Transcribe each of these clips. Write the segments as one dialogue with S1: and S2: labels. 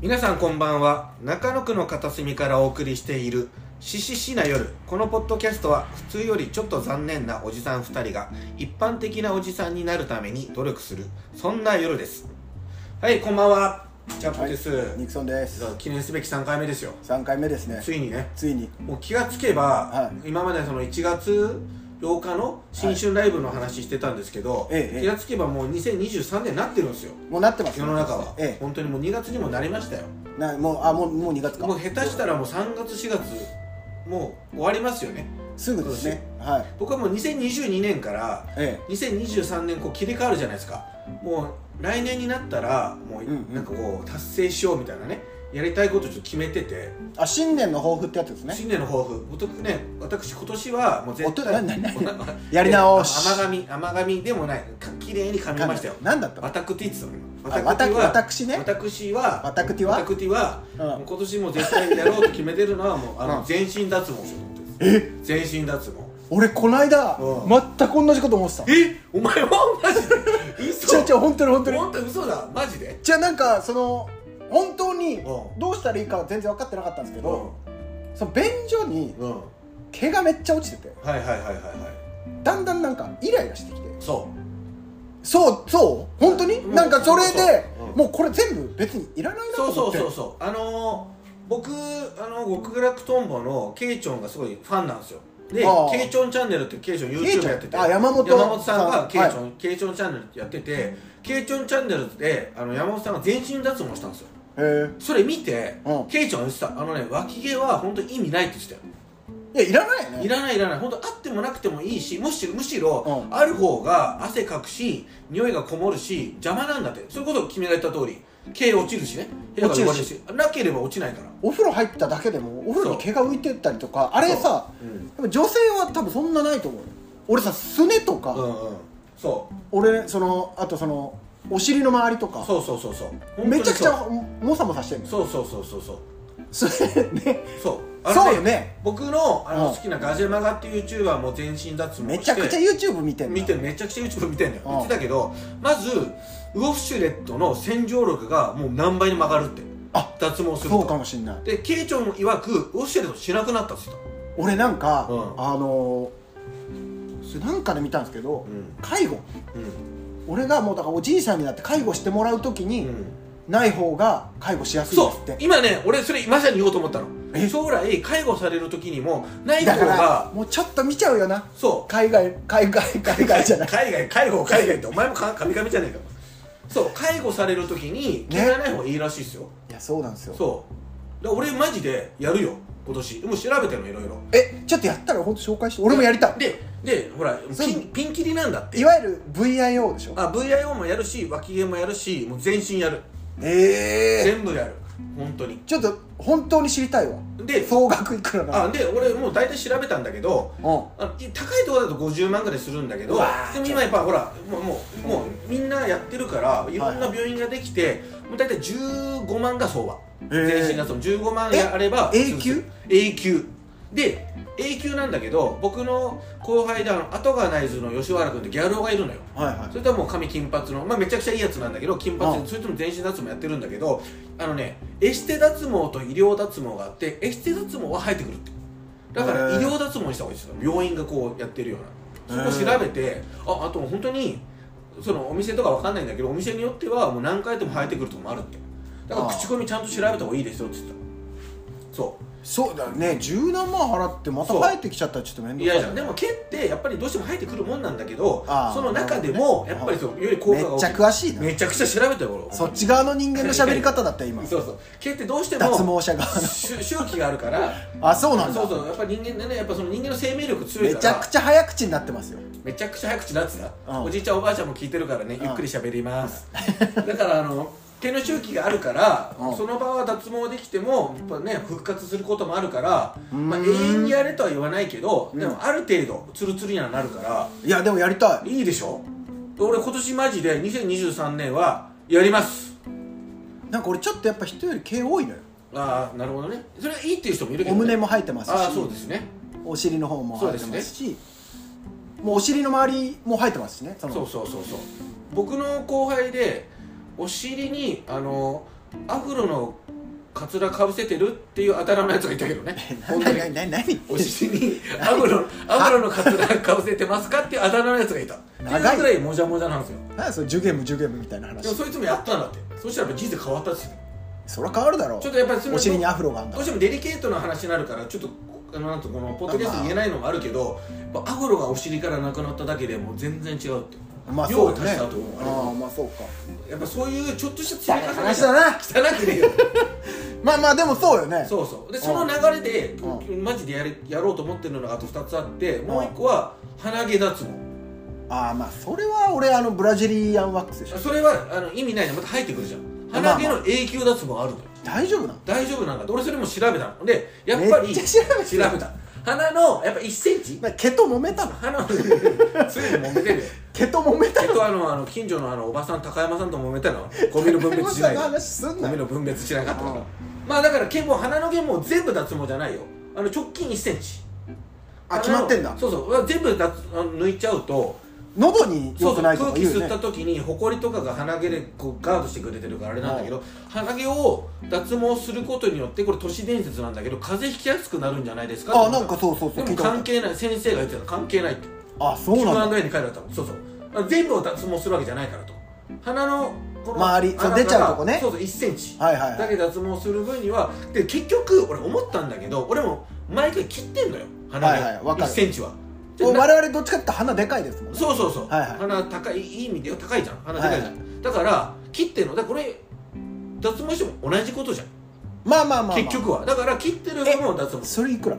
S1: 皆さんこんばんは中野区の片隅からお送りしている「しししな夜」このポッドキャストは普通よりちょっと残念なおじさん2人が一般的なおじさんになるために努力するそんな夜ですはいこんばんはチャップです、
S2: ニクソンです
S1: 記念すべき3回目ですよ
S2: 3回目ですね
S1: ついにね
S2: ついに
S1: もう気がつけば、
S2: は
S1: 今までその1月8日の新春ライブの話してたんですけど、
S2: ええ
S1: 気がつけばもう2023年になってるんですよ
S2: もうなってます
S1: 世
S2: ね
S1: の中は、
S2: え
S1: 本当にもう2月にもなりましたよ
S2: えなもうあもうもう2月か
S1: もう下手したらもう3月4月もう終わりますよね
S2: すぐですねはい
S1: 僕はもう2022年から
S2: え
S1: 2023年こう切り替わるじゃないですかもう来年になったらも
S2: うんう
S1: うんなんかこう達成しようみたいなねやりたいことちょっと決めてて、
S2: えあ新年の抱負ってやつですね
S1: 新年の抱負僕ね私今年はもう
S2: お
S1: 絶
S2: と
S1: 対
S2: なななやり直し
S1: 甘噛み甘噛みでもないか綺麗に噛みましたよ
S2: 何だったの
S1: わたくて言ってたの今
S2: あ
S1: わたくては
S2: わた私ね
S1: 私は
S2: わたくては
S1: わたくては
S2: うん
S1: もう 今年も絶対にやろうと決めてるのはもうあ
S2: う
S1: の
S2: ん
S1: 全身脱毛しようと思って
S2: え
S1: る全身脱毛
S2: 俺この間
S1: うん
S2: 全く同じこと思ってた
S1: えお前はマジで嘘
S2: 違う違う本当に本当に
S1: 本当に嘘だマジで
S2: じゃあなんかその本当に
S1: うん
S2: どうしたらいいかは全然分かってなかったんですけ
S1: うん
S2: どその便所に
S1: うんはい
S2: 毛がめっちゃ落ちてて
S1: はいはいはいはい
S2: だんだんなんかイライラしてきて
S1: そう
S2: そうそう本当に、
S1: うん
S2: なんかそれで
S1: そうそううん
S2: もうこれ全部別にいらないなと
S1: そうそ
S2: 思っ
S1: う
S2: て
S1: そうそうあのー僕あの極楽とんぼのケイチョンがすごいファンなんですよで
S2: あー
S1: ケイチョンチャンネルってケイチョン
S2: ケイチ
S1: YouTube
S2: ョン
S1: やってて
S2: あ山本
S1: さん
S2: さ
S1: が
S2: ん
S1: ケイチョン、ケイチョンチャンネルやっててケイチョンチャンネルであの山本さんが全身脱毛したんですよ
S2: へ
S1: それ見て、
S2: うん
S1: ケイチョン言ってたあのね脇毛は本当に意味ないって言ってたよ
S2: えいやいらないよね
S1: いらないいらない本当あってもなくてもいいしむしむしろ、
S2: うん
S1: ある方が汗かくし匂いがこもるし邪魔なんだってそれこそ君が言った通り毛落ちるしね部屋が汚れるしなければ落ちないから
S2: お風呂入っただけでもお風呂に毛が浮いてったりとかあれさ
S1: そううん
S2: やっぱ女性は多分そんなないと思うよ俺さすねとか、
S1: うんうんそ
S2: 俺そのあとそのお尻の周りと
S1: う
S2: か
S1: そうそうそうそう本当に
S2: めちゃくちゃ
S1: そう
S2: もさもさしてるのよ
S1: そうそうそうそうそう
S2: それね
S1: そうあのね
S2: そうよね
S1: 僕のあの
S2: うん
S1: 好きなガジェマガっていう YouTuber も全身脱毛して
S2: めちゃくちゃ YouTube 見てんだ
S1: 見てるめちゃくちゃ YouTube 見てんのよ
S2: うん
S1: 言ってたけどまずウォフシュレットの洗浄力がもう何倍に曲がるって
S2: あ
S1: 脱毛すると
S2: そうかもしんない
S1: でケイチョンも曰くウォフシュレットしなくなったっつってた
S2: 俺なんか、
S1: うん
S2: あのーそれなんかで見たんですけど、
S1: うん
S2: 介護
S1: うん
S2: 俺がもうだからおじいさんになって介護してもらう時に、
S1: うん
S2: ない方が介護しやすいん
S1: そ
S2: です
S1: う
S2: って
S1: 今ね俺それまさに言おうと思ったの
S2: え
S1: 将来介護される時にもない
S2: だ
S1: 方
S2: から
S1: が
S2: もうちょっと見ちゃうよな
S1: そう
S2: 海外 海外海外じゃない
S1: 海外介護海外ってお前もか神々じゃねえかそう介護される時に毛がない方がいいらしいですよ、
S2: いやそうなんですよ
S1: そうだから俺マジでやるよ今年もう調べてるのいろいろ
S2: えちょっとやったら本当紹介して俺もやりたい
S1: ででほら
S2: そう
S1: ピンピンキリなんだって
S2: いわゆる VIO でしょ
S1: あ VIO もやるし脇毛もやるしもう全身やる
S2: ええ
S1: 全部やる本当に
S2: ちょっと本当に知りたいわ
S1: で
S2: 総額いくらな
S1: あで俺もう大体調べたんだけど
S2: うん
S1: あのい高いところだと50万ぐらいするんだけど
S2: うわー
S1: でも今やっぱほらもうもうもうみんなやってるからいろんな病院ができて、もう大体15万が相場、
S2: えー
S1: 全身脱毛15万
S2: え
S1: あれば
S2: 永久
S1: 永久で永久なんだけど僕の後輩であの後がないずの吉原君ってギャル男がいるのよ
S2: はいは
S1: それとはもう髪金髪の、まあ、めちゃくちゃいいやつなんだけど金髪
S2: う
S1: で
S2: ん
S1: それとも全身脱毛やってるんだけどあのねエステ脱毛と医療脱毛があってエステ脱毛は生えてくるってだから
S2: へ
S1: 医
S2: ー
S1: 療脱毛にした方がいいですよ病院がこうやってるようなそ
S2: へ
S1: こ
S2: ー
S1: 調べてああと本当にそのお店とかわかんないんだけどお店によってはもう何回でも生えてくるとこもあるってだから
S2: あー
S1: 口コミちゃんと調べた方がいいですよって言ってたそう
S2: そうだよね十何万払ってまた
S1: そう
S2: 帰ってきちゃったらちょっと面
S1: い
S2: 倒くさい
S1: やいやでも毛ってやっぱりどうしても生えてくるもんなんだけど
S2: あー
S1: その中でも
S2: な
S1: や
S2: る
S1: っぱ
S2: ほど
S1: り
S2: ね
S1: そのより効
S2: め
S1: 果が大
S2: っち
S1: き
S2: ゃ
S1: い
S2: 詳しいな
S1: めちゃくちゃ調べたよ俺
S2: そっち側の人間の喋り方だったよ 今
S1: そうそう毛ってどうしても
S2: 脱毛者側の
S1: 周 周期があるから
S2: あそうなんだ
S1: そうそうやっぱ人間でねやっぱその人間の生命力強い
S2: め
S1: か
S2: ちゃ
S1: ら
S2: くちゃ早口になってますよ
S1: めちゃくちゃ早口なってた、
S2: うん
S1: おじいちゃんおばあちゃんも聞いてるからね
S2: ん
S1: ゆっくり喋り ます、だからあの毛の周期があるから、
S2: うん
S1: その場は脱毛できてもやっぱね復活することもあるから、まあ、
S2: う
S1: 永
S2: ーん
S1: 遠にやれとは言わないけど、
S2: うん
S1: でもある程度ツルツルにはなるから
S2: いやでもやりたい
S1: いいでしょ俺今年マジで2023年はやります
S2: なんか俺ちょっとやっぱ人より毛多いのよ
S1: ああなるほどねそれはいいっていう人もいるけ
S2: お
S1: ど、ね、
S2: 胸も生えてますし
S1: ああそうですね
S2: お尻の方も生えてますしもうお尻の周りも生えてますしねその
S1: そうそうそうそう僕の後輩でお尻にあのアフロのカツラかぶせてるっていうあだ名のやつがいたけどね本当に
S2: 何何何
S1: お尻にアフロアフロのカツラかぶせてますかっていうあだ名のやつがいたっていう
S2: 長い
S1: ぐらいもじゃもじゃなんですよ
S2: 何それジュゲムジュゲムみたいな話
S1: でもそいつもやったんだってそしたらやっぱ人生変わったっすよ
S2: そりゃ変わるだろう
S1: ちょっとやっぱりそれ
S2: お尻にアフロがあんだ
S1: どうしてもデリケートな話になるからちょっとあのなんとこのポッドキャストで言えないのもあるけど、やっぱアフロがお尻からなくなっただけでもう全然違うって
S2: まあ
S1: 用
S2: そ
S1: を
S2: うだ
S1: 足
S2: ね
S1: したと思うあれは
S2: ああまあそうか
S1: やっぱそういうちょっとした積み重ね
S2: 話だな
S1: が汚くね えよ
S2: まあまあでもそうよね
S1: そうそうでその流れで、マジでやれやろうと思ってるのがあと2つあってもう1個は鼻毛脱毛
S2: ああまあそれは俺あのブラジリアンワックスでしょ
S1: それはあの意味ないじゃんまた生えてくるじゃん
S2: まあまあ
S1: 鼻毛の永久脱毛あるのよ
S2: 大丈夫なの
S1: 大丈夫なんだって俺それも調べたのでやっぱり
S2: めっちゃ調べ
S1: 調
S2: て
S1: べ
S2: た
S1: た鼻のやっぱ1センチ
S2: な毛と揉めたの
S1: 鼻のついに揉めてるよ
S2: 毛と揉め
S1: え
S2: た
S1: っ
S2: の
S1: とあのあの近所のあのおばさん高山さんと揉めたのゴミの分別しない
S2: 高山さんの話すん
S1: ゴ
S2: な
S1: ミ
S2: よ
S1: の分別しなかったから
S2: うん
S1: まあだから毛も鼻の毛も全部脱毛じゃないよあの直近1センチ
S2: あ決まってんだ
S1: そうそう全部脱あの抜いちゃうと
S2: 喉に
S1: そ
S2: 良
S1: うそ
S2: く
S1: う
S2: ない
S1: 空
S2: とか
S1: 気
S2: 言う
S1: 吸
S2: よね
S1: った時にホコリとかが鼻毛でこうガードしてくれてるからあれなんだけど鼻毛を脱毛することによってこれ都市伝説なんだけど風邪ひきやすくなるんじゃないですかって
S2: あなんかそうそうそ
S1: で
S2: う聞い
S1: も
S2: たことあ
S1: 関
S2: る
S1: 係ない先生が言ってた関係ないって
S2: あそうなんだ
S1: Q&A に書いてあったもんそうそうあ全部を脱毛するわけじゃないからと鼻のこの
S2: 周りそう
S1: 穴
S2: 出ちゃうとこね
S1: そうそう1センチ
S2: はいはいはい
S1: だけ脱毛する分にはで結局俺思ったんだけど俺も毎回切ってんのよ鼻毛、
S2: はいはいわか
S1: 1
S2: る
S1: センチはで
S2: もう
S1: な
S2: 我々どっちかっていうと鼻でかいですもんね
S1: そうそうそう、
S2: はいはい
S1: 鼻高いいい意味で高いじゃん鼻高いじゃん、
S2: は
S1: だから切ってんのだからこれ脱毛しても同じことじゃん、
S2: まあまあまあまあ
S1: 結局はだから切ってる分も脱毛
S2: それいくら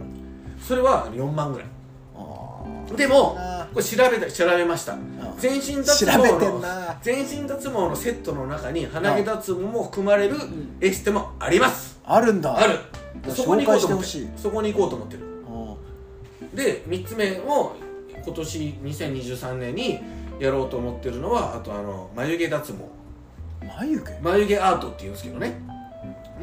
S1: それは4万ぐらい
S2: あ
S1: でも
S2: あー
S1: これ調べた調べました、全身脱毛
S2: 調べて
S1: の
S2: んな
S1: 全身脱毛のセットの中に鼻毛脱毛も含まれるエステもあります、
S2: あるんだ
S1: ある
S2: じゃあ
S1: そこに行こうと思
S2: 紹介
S1: っ
S2: してて
S1: る
S2: ほ
S1: そこに行こうと思ってる
S2: うん
S1: で3つ目を今年2023年にやろうと思ってるのはあとあの眉毛脱毛
S2: 眉毛
S1: 眉毛アートっていうんですけどね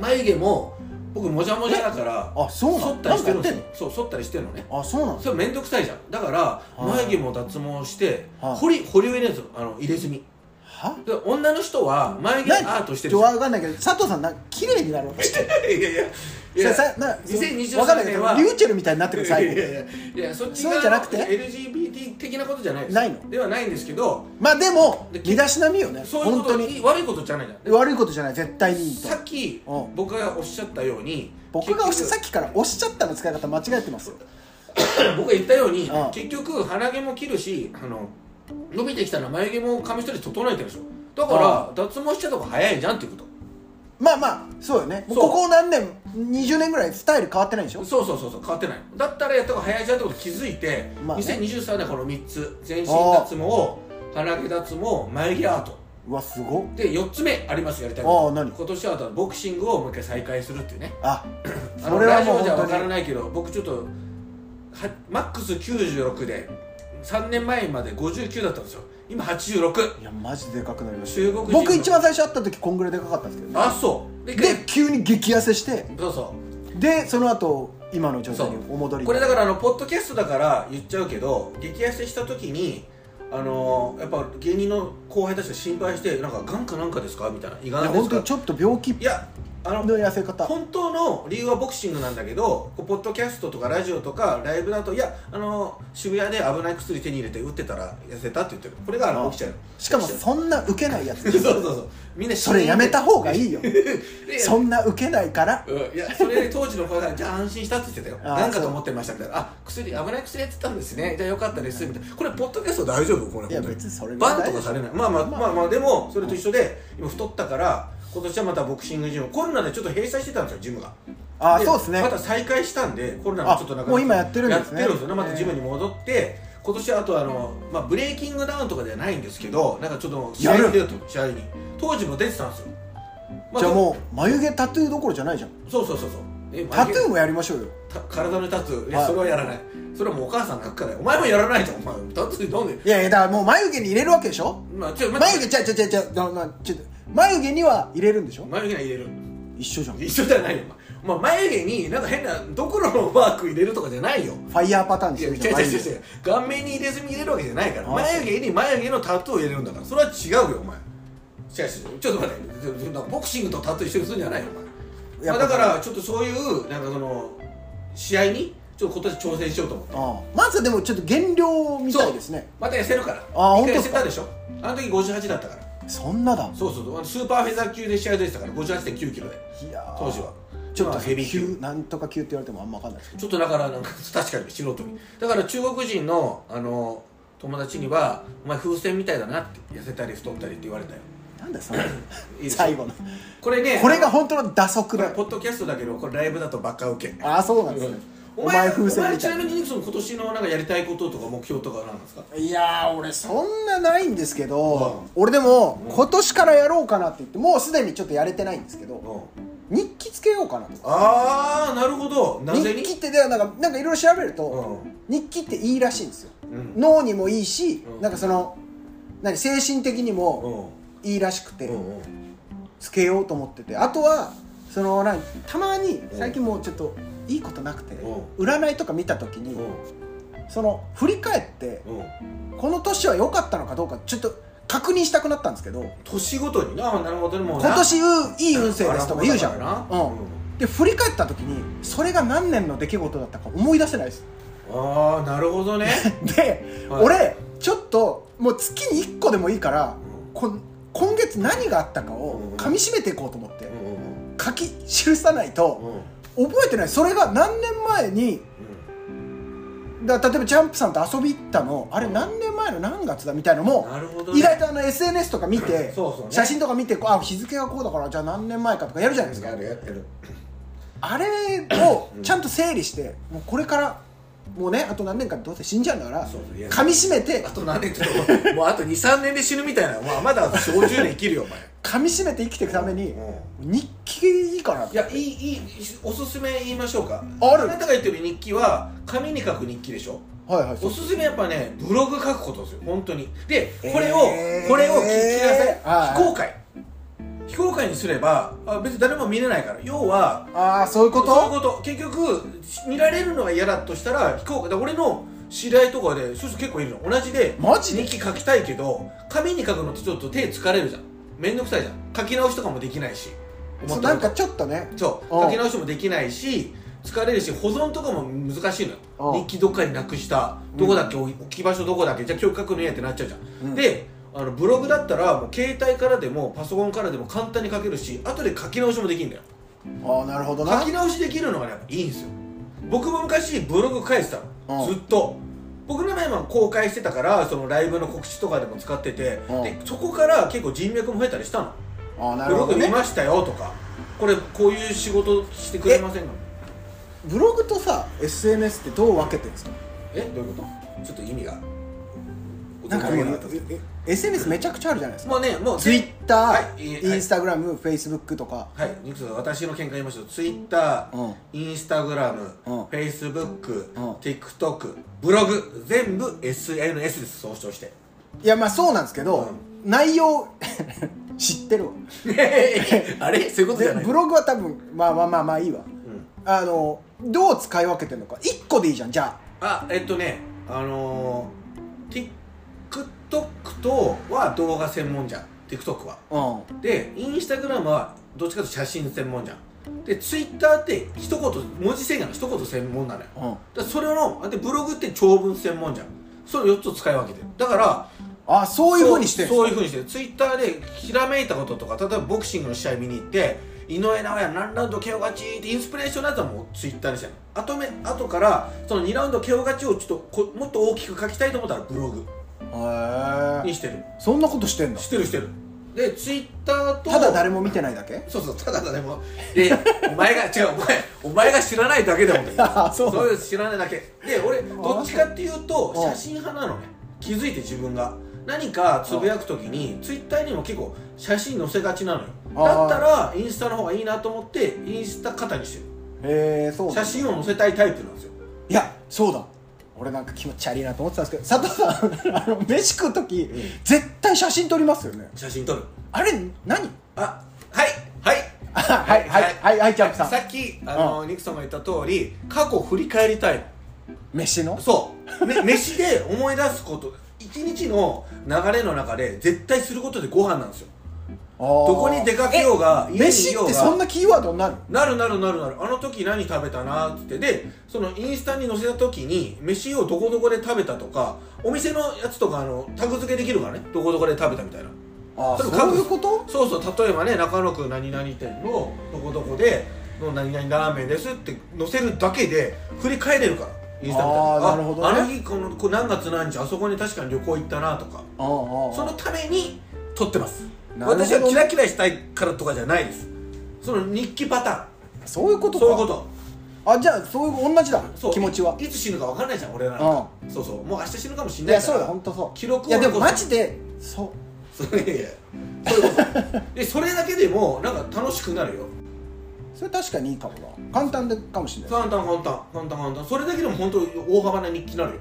S1: 眉毛も僕もじゃもじゃだから
S2: あそうな
S1: 剃
S2: の
S1: ったりしてるんです
S2: なん
S1: よそう剃ったりしてるのね
S2: あそうなの
S1: それ面倒くさいじゃんだから
S2: い
S1: 眉毛も脱毛して
S2: はい
S1: 保留保留入れるんですよあの入れ墨
S2: は
S1: で女の人は眉毛ア
S2: 何
S1: ートして
S2: ち
S1: る
S2: ょ
S1: んで
S2: わかんないけど佐藤さんなんか綺麗になろうとしてる
S1: すよ いやいやい
S2: い
S1: や
S2: や
S1: いや
S2: さな
S1: 2023
S2: わかんないけ
S1: 年
S2: ど
S1: は
S2: リューチェルみたいになってくる最
S1: いやい
S2: 後
S1: やいやいやそっち
S2: そうじゃなくて
S1: LGBT 的なことじゃないです
S2: ないの
S1: ではないんですけど
S2: まあでも
S1: で
S2: 身だしなみよね
S1: そういう
S2: 本
S1: こ
S2: 当
S1: と
S2: に
S1: 悪いことじゃないじゃんで
S2: 悪いことじゃない絶対にいいと
S1: さっき
S2: うん
S1: 僕がおっしゃったように
S2: 僕が押し
S1: 結局
S2: さっきから押しちゃったの使い方間違えてますよ
S1: 僕が言ったように、
S2: うん
S1: 結局鼻毛も切るしあの伸びてきたら眉毛も髪一人整えてるでしょだから脱毛しちゃった方が早いじゃんっていうこ
S2: まあまあそうよねもう
S1: そう
S2: ここ何年20年ぐらいスタイル変わってないでしょ
S1: とそうそうそうそう変わってないだったらやった方が早いじゃんってこと気づいて、
S2: まあね
S1: 2023年この3つ全身脱毛鼻毛脱毛眉毛アート
S2: うわすごっ
S1: で4つ目ありますやりたい
S2: ああ
S1: こと
S2: 何
S1: 今年はあとボクシングをもう一回再開するっていうね
S2: あ
S1: あの
S2: それはもう
S1: ラジオじゃ分
S2: 本
S1: から
S2: 当に
S1: ないけど僕ちょっとはマックス96で3年前まで59だったんですよ今86
S2: いやマジでかくなりました
S1: 中国人の
S2: 僕一番最初会った時こんぐらいでかかったんですけどね
S1: あそうで
S2: で急に激痩せして
S1: そうそ
S2: でその後今の状態にお戻
S1: う
S2: り
S1: これだからあのポッドキャストだから言っちゃうけど激痩せした時にあのーやっぱ芸人の後輩たちが心配してなんかがんかなんかですかみたいな胃が
S2: いや
S1: んで
S2: 本
S1: す
S2: 当に
S1: か
S2: ちょっと病気
S1: いやあの
S2: の痩せ方
S1: 本当の理由はボクシングなんだけどこうポッドキャストとかラジオとかライブだといやあの渋谷で危ない薬手に入れて打ってたら痩せたって言ってるこれがあの起きちゃう
S2: し かもそんなウケないやつ
S1: そうそうそうみんな
S2: それやめた方がいいよ
S1: で
S2: そんなウケないから
S1: うんいやそれで当時の子が「じゃあ安心した」って言ってたよ「
S2: あー
S1: なんかと思ってました」みたいな「あ薬危ない薬やってたんですねじゃあよかったです」みたいなこれポッドキャスト大丈夫これ
S2: いや
S1: 本当に
S2: 別にそれ
S1: バンと
S2: 大丈
S1: か
S2: 夫
S1: されないまあまあまあまあ、でもそれと一緒で今太ったから今年はまたボクシングジムコロナでちょっと閉鎖してたんですよジムが
S2: ああそうですね
S1: また再開したんでコロナもちょっとなくな
S2: あもう今やってるんですね
S1: やってるんですよねまたジムに戻って今年はあとあの、まあ、ブレイキングダウンとかではないんですけどなんかちょっと試合に出ると試合に当時も出てたんですよ、ま
S2: じゃあもう眉毛タトゥーどころじゃないじゃん
S1: そうそうそうそうえ
S2: タトゥーもやりましょうよ
S1: た体のタトゥーいや、
S2: はい
S1: それはやらないそれはもうお母さんが書くからよお前もやらないとお前タトゥーなんで
S2: いやいやだからもう眉毛に入れるわけでしょ
S1: まあちょ待
S2: 眉
S1: っ
S2: 毛
S1: て
S2: ちゃうちゃうちゃうちゃうななちょっと眉毛には入れるんでしょ
S1: 眉毛には入れる
S2: 一緒じゃんフ
S1: 一緒じゃないよお前お前眉毛になんか変などころのマーク入れるとかじゃないよ
S2: ァイヤーパターンに
S1: い
S2: し
S1: や
S2: て
S1: 違う
S2: みた
S1: 違う
S2: ら
S1: 違う違う顔面に入れ墨入れるわけじゃないから
S2: あそう
S1: 眉毛に眉毛のタトゥーを入れるんだからそれは違うよお前違う違うちょっと待ってちょちょボクシングとタッと一緒にするんじゃないよお前
S2: や
S1: ま
S2: っ
S1: あ、
S2: ぱ
S1: だからちょっとそういうなんかその試合にちょっと今年挑戦しようと思って
S2: うんまずはでもちょっと減量みたいですね
S1: また痩せるから
S2: あー
S1: 一回痩せ
S2: 本
S1: た
S2: 当
S1: でしょあの時58だったから
S2: そんなだ
S1: そうそうそうあのスーパーフェザー級で試合出てたから58.9キロで
S2: いやー
S1: 当時は
S2: ちょっ
S1: まあ
S2: と
S1: ヘビー級
S2: 級なんとか級って言われてもあんま分かんないですけ
S1: ちょっとだからなんか確かに素人にだから中国人のあの友達には「お前風船みたいだな」って痩せたり太ったりって言われたよ
S2: どなんだそれ
S1: いいでしょ
S2: 最後の
S1: これね
S2: これが本当の打
S1: こ
S2: 足
S1: れ
S2: だ
S1: ポッドキャストだけどこれライブだとバカウケ
S2: ああそうなんですね
S1: お
S2: お
S1: 前
S2: 前
S1: 風
S2: 風
S1: 船
S2: 船
S1: みたいなちなみ
S2: みたいな
S1: にその今年のなんかやりたいこととか目標とかは何なんですか
S2: いやー俺そんなないんですけど、俺でも今年からやろうかなって言ってもうすでにちょっとやれてないんですけど
S1: うん
S2: 日記つけようかなとか
S1: ああなるほどなぜに
S2: 日記ってではなんかなんかいろいろ調べると、
S1: う
S2: 日記っていいらしいんですよ、
S1: うん
S2: 脳にもいいし、
S1: うん
S2: なんかその何精神的に
S1: う
S2: も
S1: ん
S2: いいらしくて、
S1: うんうん
S2: つけようと思っててあとはその何たまに最近もうちょっといいことなくて、
S1: う
S2: 占いとか見た時に、その振り返って
S1: うんうん
S2: この年は良かったのかどうかちょっと確認したくなったんですけど
S1: 年ごとにななるほどねもうな
S2: 今年運いい運勢ですとか言うじゃ
S1: あ
S2: ん
S1: らほ
S2: う
S1: どだから
S2: んで振り返った時にそれが何年の出来事だったか思い出せないです
S1: なああなるほどね
S2: で、
S1: はい
S2: 俺ちょっともう月に1個でもいいから
S1: うん
S2: こん今月何があったか
S1: うん
S2: を噛みしめていこうと思って
S1: うんうん
S2: 書き記さないと
S1: うんうん
S2: 覚えてないそれが何年前にだ例えばジャンプさんと遊び行ったのあれ何年前の何月だみたいのも
S1: なるほどね
S2: 意外とあの SNS とか見て
S1: そうそうね
S2: 写真とか見てこうあ日付がこうだからじゃあ何年前かとかやるじゃないですか
S1: やるやってる
S2: あれをちゃんと整理してもうこれからもうねあと何年かどうせ死んじゃうんだから
S1: そうそういや
S2: 噛みしめて
S1: あと何年って言うともうあと23年で死ぬみたいなまあまだ40年生きるよお前
S2: 噛みしめて生きていくために
S1: うん
S2: 日記いいかなっ
S1: い
S2: て
S1: やいいいいおすすめ言いましょうか
S2: ある
S1: なたが言ってる日記は紙に書く日記でしょ
S2: はいはいそ
S1: お
S2: う
S1: すすめやっぱねブログ書くことですよ本当にでこれを、
S2: えー
S1: これを聞きなさ
S2: はい
S1: い非公開非公開にすればあ別に誰も見れないから要は
S2: ああそういうこ
S1: そういう
S2: と
S1: こと結局見られるのが嫌だとしたら非公開だ俺の知り合いとかでそういう人結構いるの同じで
S2: マジで
S1: 日記書きたいけど紙に書くのってちょっと手疲れるじゃん面倒くさいじゃん書き直しとかもできないし思
S2: そう
S1: った
S2: な
S1: こ
S2: ん
S1: と
S2: かちょっとね
S1: そう
S2: うん
S1: 書き直しもできないし疲れるし保存とかも難しいのよ
S2: うん
S1: 日記どっかになくしたどこだっけ、置き場所どこだっけじゃあ今日書くのやってなっちゃうじゃん、
S2: うん
S1: であのブログだったらもう携帯からでもパソコンからでも簡単に書けるし後で書き直しもできるんだよ
S2: ああなるほどな
S1: 書き直しできるのがねやっぱいいんですよ僕も昔ブログ返してたの、
S2: うん
S1: ずっと僕の前も公開してたからそのライブの告知とかでも使ってて、
S2: うん
S1: でそこから結構人脈も増えたりしたの、
S2: ああな
S1: ブ
S2: る
S1: ロ
S2: ほ
S1: グ
S2: ど
S1: 見
S2: ね
S1: ましたよとかこれこういう仕事してくれませんか
S2: ブログとさ SNS ってどう分けてるんですか
S1: えどういうことちょっと意味が
S2: なんかも
S1: も
S2: うええ SNS めちゃくちゃあるじゃないですか
S1: もうねもう
S2: ツイッタ
S1: はいいい
S2: ー、
S1: はい
S2: インスタグラム、フェイスブックとか、
S1: はいニクソン私の見解言いましょうツイッター、
S2: うん
S1: インスタグラム、
S2: うん
S1: フェイスブック、
S2: うん
S1: TikTok ブログ全部 SNS です総称して
S2: いやまあそうなんですけど、内容 知ってるわ
S1: あれそういうことじゃ
S2: で
S1: ない
S2: ブログは多分まあまあまあまあいいわ、
S1: ん
S2: あのどう使い分けてるのか1個でいいじゃんじゃ
S1: あえっとねあのー、TikTok とは動画専門じゃん TikTok は
S2: あうん
S1: でインスタグラムはどっちかというと写真専門じゃんでツイッターって一言文字制限の一言専門なのよだか
S2: うん
S1: らそれのでブログって長文専門じゃんその4つを使い分けてるだから
S2: あそういうふうにしてる
S1: そうそういうふうにしてるツイッターでひらめいたこととか例えばボクシングの試合見に行って井上尚弥何ラウンド KO 勝ちってインスピレーションのやつはもうツイッターにしてるの後め後からその2ラウンド KO 勝ちをちょっとこもっと大きく書きたいと思ったらブログ
S2: へ
S1: に
S2: え
S1: してる
S2: そんなことしてんだ
S1: してるしてるでツイッターと
S2: ただ誰も見てないだけ
S1: そうそうただだでもでお前が違うお前お前が知らないだけだもん
S2: あそう
S1: そういう知らないだけで俺どっちかっていうと
S2: うん
S1: 写真派なのね気づいて自分が何かつぶやく時にツイッターにも結構写真載せがちなのよ
S2: あ
S1: だ
S2: ー
S1: ったらインスタの方がいいなと思ってインスタ型にしてる
S2: へえそうだ
S1: 写真を載せたいタイプなんですよ
S2: いやそうだ俺なんか気持ち悪いなと思ってたんですけど佐藤さんあの飯食う時、絶対写真撮りますよね
S1: 写真撮る
S2: あれ何
S1: あはいはい
S2: あはいはいはいはいジャンプさん
S1: っきあの、ニクソンが言った通り過去振り返りたいの
S2: 飯の
S1: そう、ね、飯で思い出すこと一日の流れの中で絶対することでご飯なんですよ
S2: ど
S1: どこに出かけようが家にい
S2: 飯
S1: よ
S2: っ
S1: う
S2: てそん
S1: が
S2: なキーワードになる
S1: なるなるなるなるあの時何食べたなっつってでそのインスタに載せた時に飯をどこどこで食べたとかお店のやつとかあのタグ付けできるからねどこどこで食べたみたいな
S2: あ
S1: それ
S2: そういうこと
S1: そうそう例えばね中野区何々店のどこどこでの何々ラーメンですって載せるだけで振り返れるからインスタみたいに
S2: あーなるほどね
S1: あの日このこう何月何日あそこに確かに旅行行ったなとか
S2: ああああ
S1: そのために撮ってます
S2: なるほどね
S1: 私はキラキラしたいからとかじゃないですその日記パターン
S2: そういうことか
S1: そういうこと
S2: あじゃあそういう同じだ
S1: そう
S2: 気持ちはい
S1: つ死ぬか分かんないじゃん俺らなんかそうそうもう明日死ぬかもしん
S2: い
S1: ない
S2: や
S1: か
S2: そ
S1: ら
S2: うだ本当そう
S1: 記録を
S2: いやでも
S1: 残す
S2: マジでそう
S1: そう いやいやそういうことでそれだけでもなんか楽しくなるよ
S2: それ確かにいいかもな簡単でかもしれない
S1: 簡単簡単簡単簡単それだけでも本当大幅な日記になるよ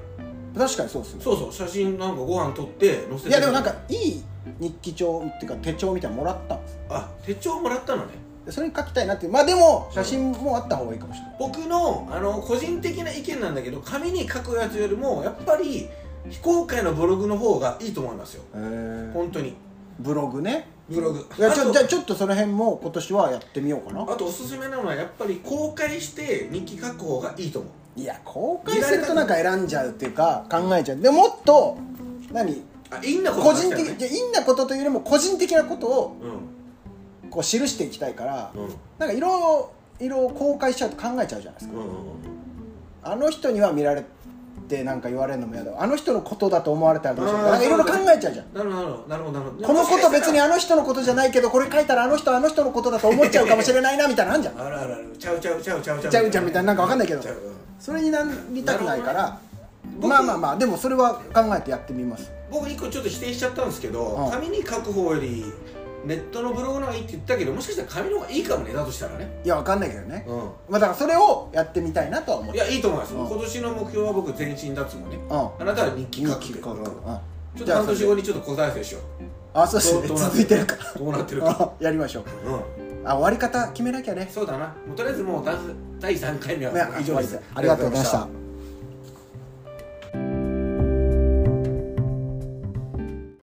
S2: 確かにそうですね
S1: そうそう写真なんかご飯撮って載せて
S2: いやでもなんかいい日記帳っていうか手帳みたいなのもらったんです
S1: あ手帳もらったのね
S2: でそれに書きたいなっていうまあでも写真もあった方がいいかもしれない
S1: 僕のあの個人的な意見なんだけど紙に書くやつよりもやっぱり非公開のブログの方がいいと思いますよ
S2: へえ
S1: 本当に
S2: ブログね
S1: ブログ
S2: いやち
S1: あ
S2: ょ
S1: と
S2: じゃあちょっとその辺も今年はやってみようかな
S1: あとおすすめなのはやっぱり公開して日記書く方がいいと思う
S2: いや公開するとなんか選んじゃうっていうか考えちゃうでもっと何
S1: あいいんなこと
S2: 個
S1: だ
S2: 人
S1: ったよ
S2: 的
S1: ね
S2: いやいいんなことというよりも個人的なことを
S1: うん
S2: こう記していきたいから
S1: うん
S2: なんかいろいろ公開しちゃうと考えちゃうじゃないですか
S1: うんうんうん
S2: あの人には見られてなんか言われるのも嫌だあの人のことだと思われたらどうしよう
S1: あー
S2: なんかいろいろ考えちゃうじゃん
S1: なるほどなるほどなるほど
S2: このこと別に
S1: あ
S2: あの人のことじゃないけどこれ書いたらあの人はあの人のことだと思っちゃうかもしれないなみたいなのあんじゃん
S1: あるあるあるちゃうちゃうちゃうちゃうちゃう
S2: ちゃうちゃうみたいななんかわかんないけど
S1: ちゃううん
S2: それになりたくない
S1: な
S2: か
S1: る
S2: ら
S1: ほどね
S2: まあまあまあでもそれは考えてやってみます
S1: 僕一個ちょっと否定しちゃったんですけど、
S2: うん
S1: 紙に書く方よりネットのブログの方がいいって言ったけどもしかしたら紙の方がいいかもねだとしたらね
S2: いやわかんないけどね
S1: う
S2: まあだからそれをやってみたいなとは
S1: ん
S2: 思っ
S1: い
S2: て
S1: やいいと思います、
S2: うん
S1: 今年の目標は僕全身脱毛ね
S2: うん
S1: あなたは日記書く
S2: 日記書
S1: う
S2: く
S1: んちょ
S2: うん
S1: っと半年後にちょっと小再生しよ
S2: あそうです
S1: ど
S2: ね
S1: うどうなって
S2: 続いてるか
S1: うどうなってるか
S2: やりましょ
S1: う
S2: う
S1: ん
S2: あ終わり方決めなきゃね
S1: そうだなもうとりあえずもうだ第3回目は
S2: ね
S1: 以上です
S2: ありがとうございました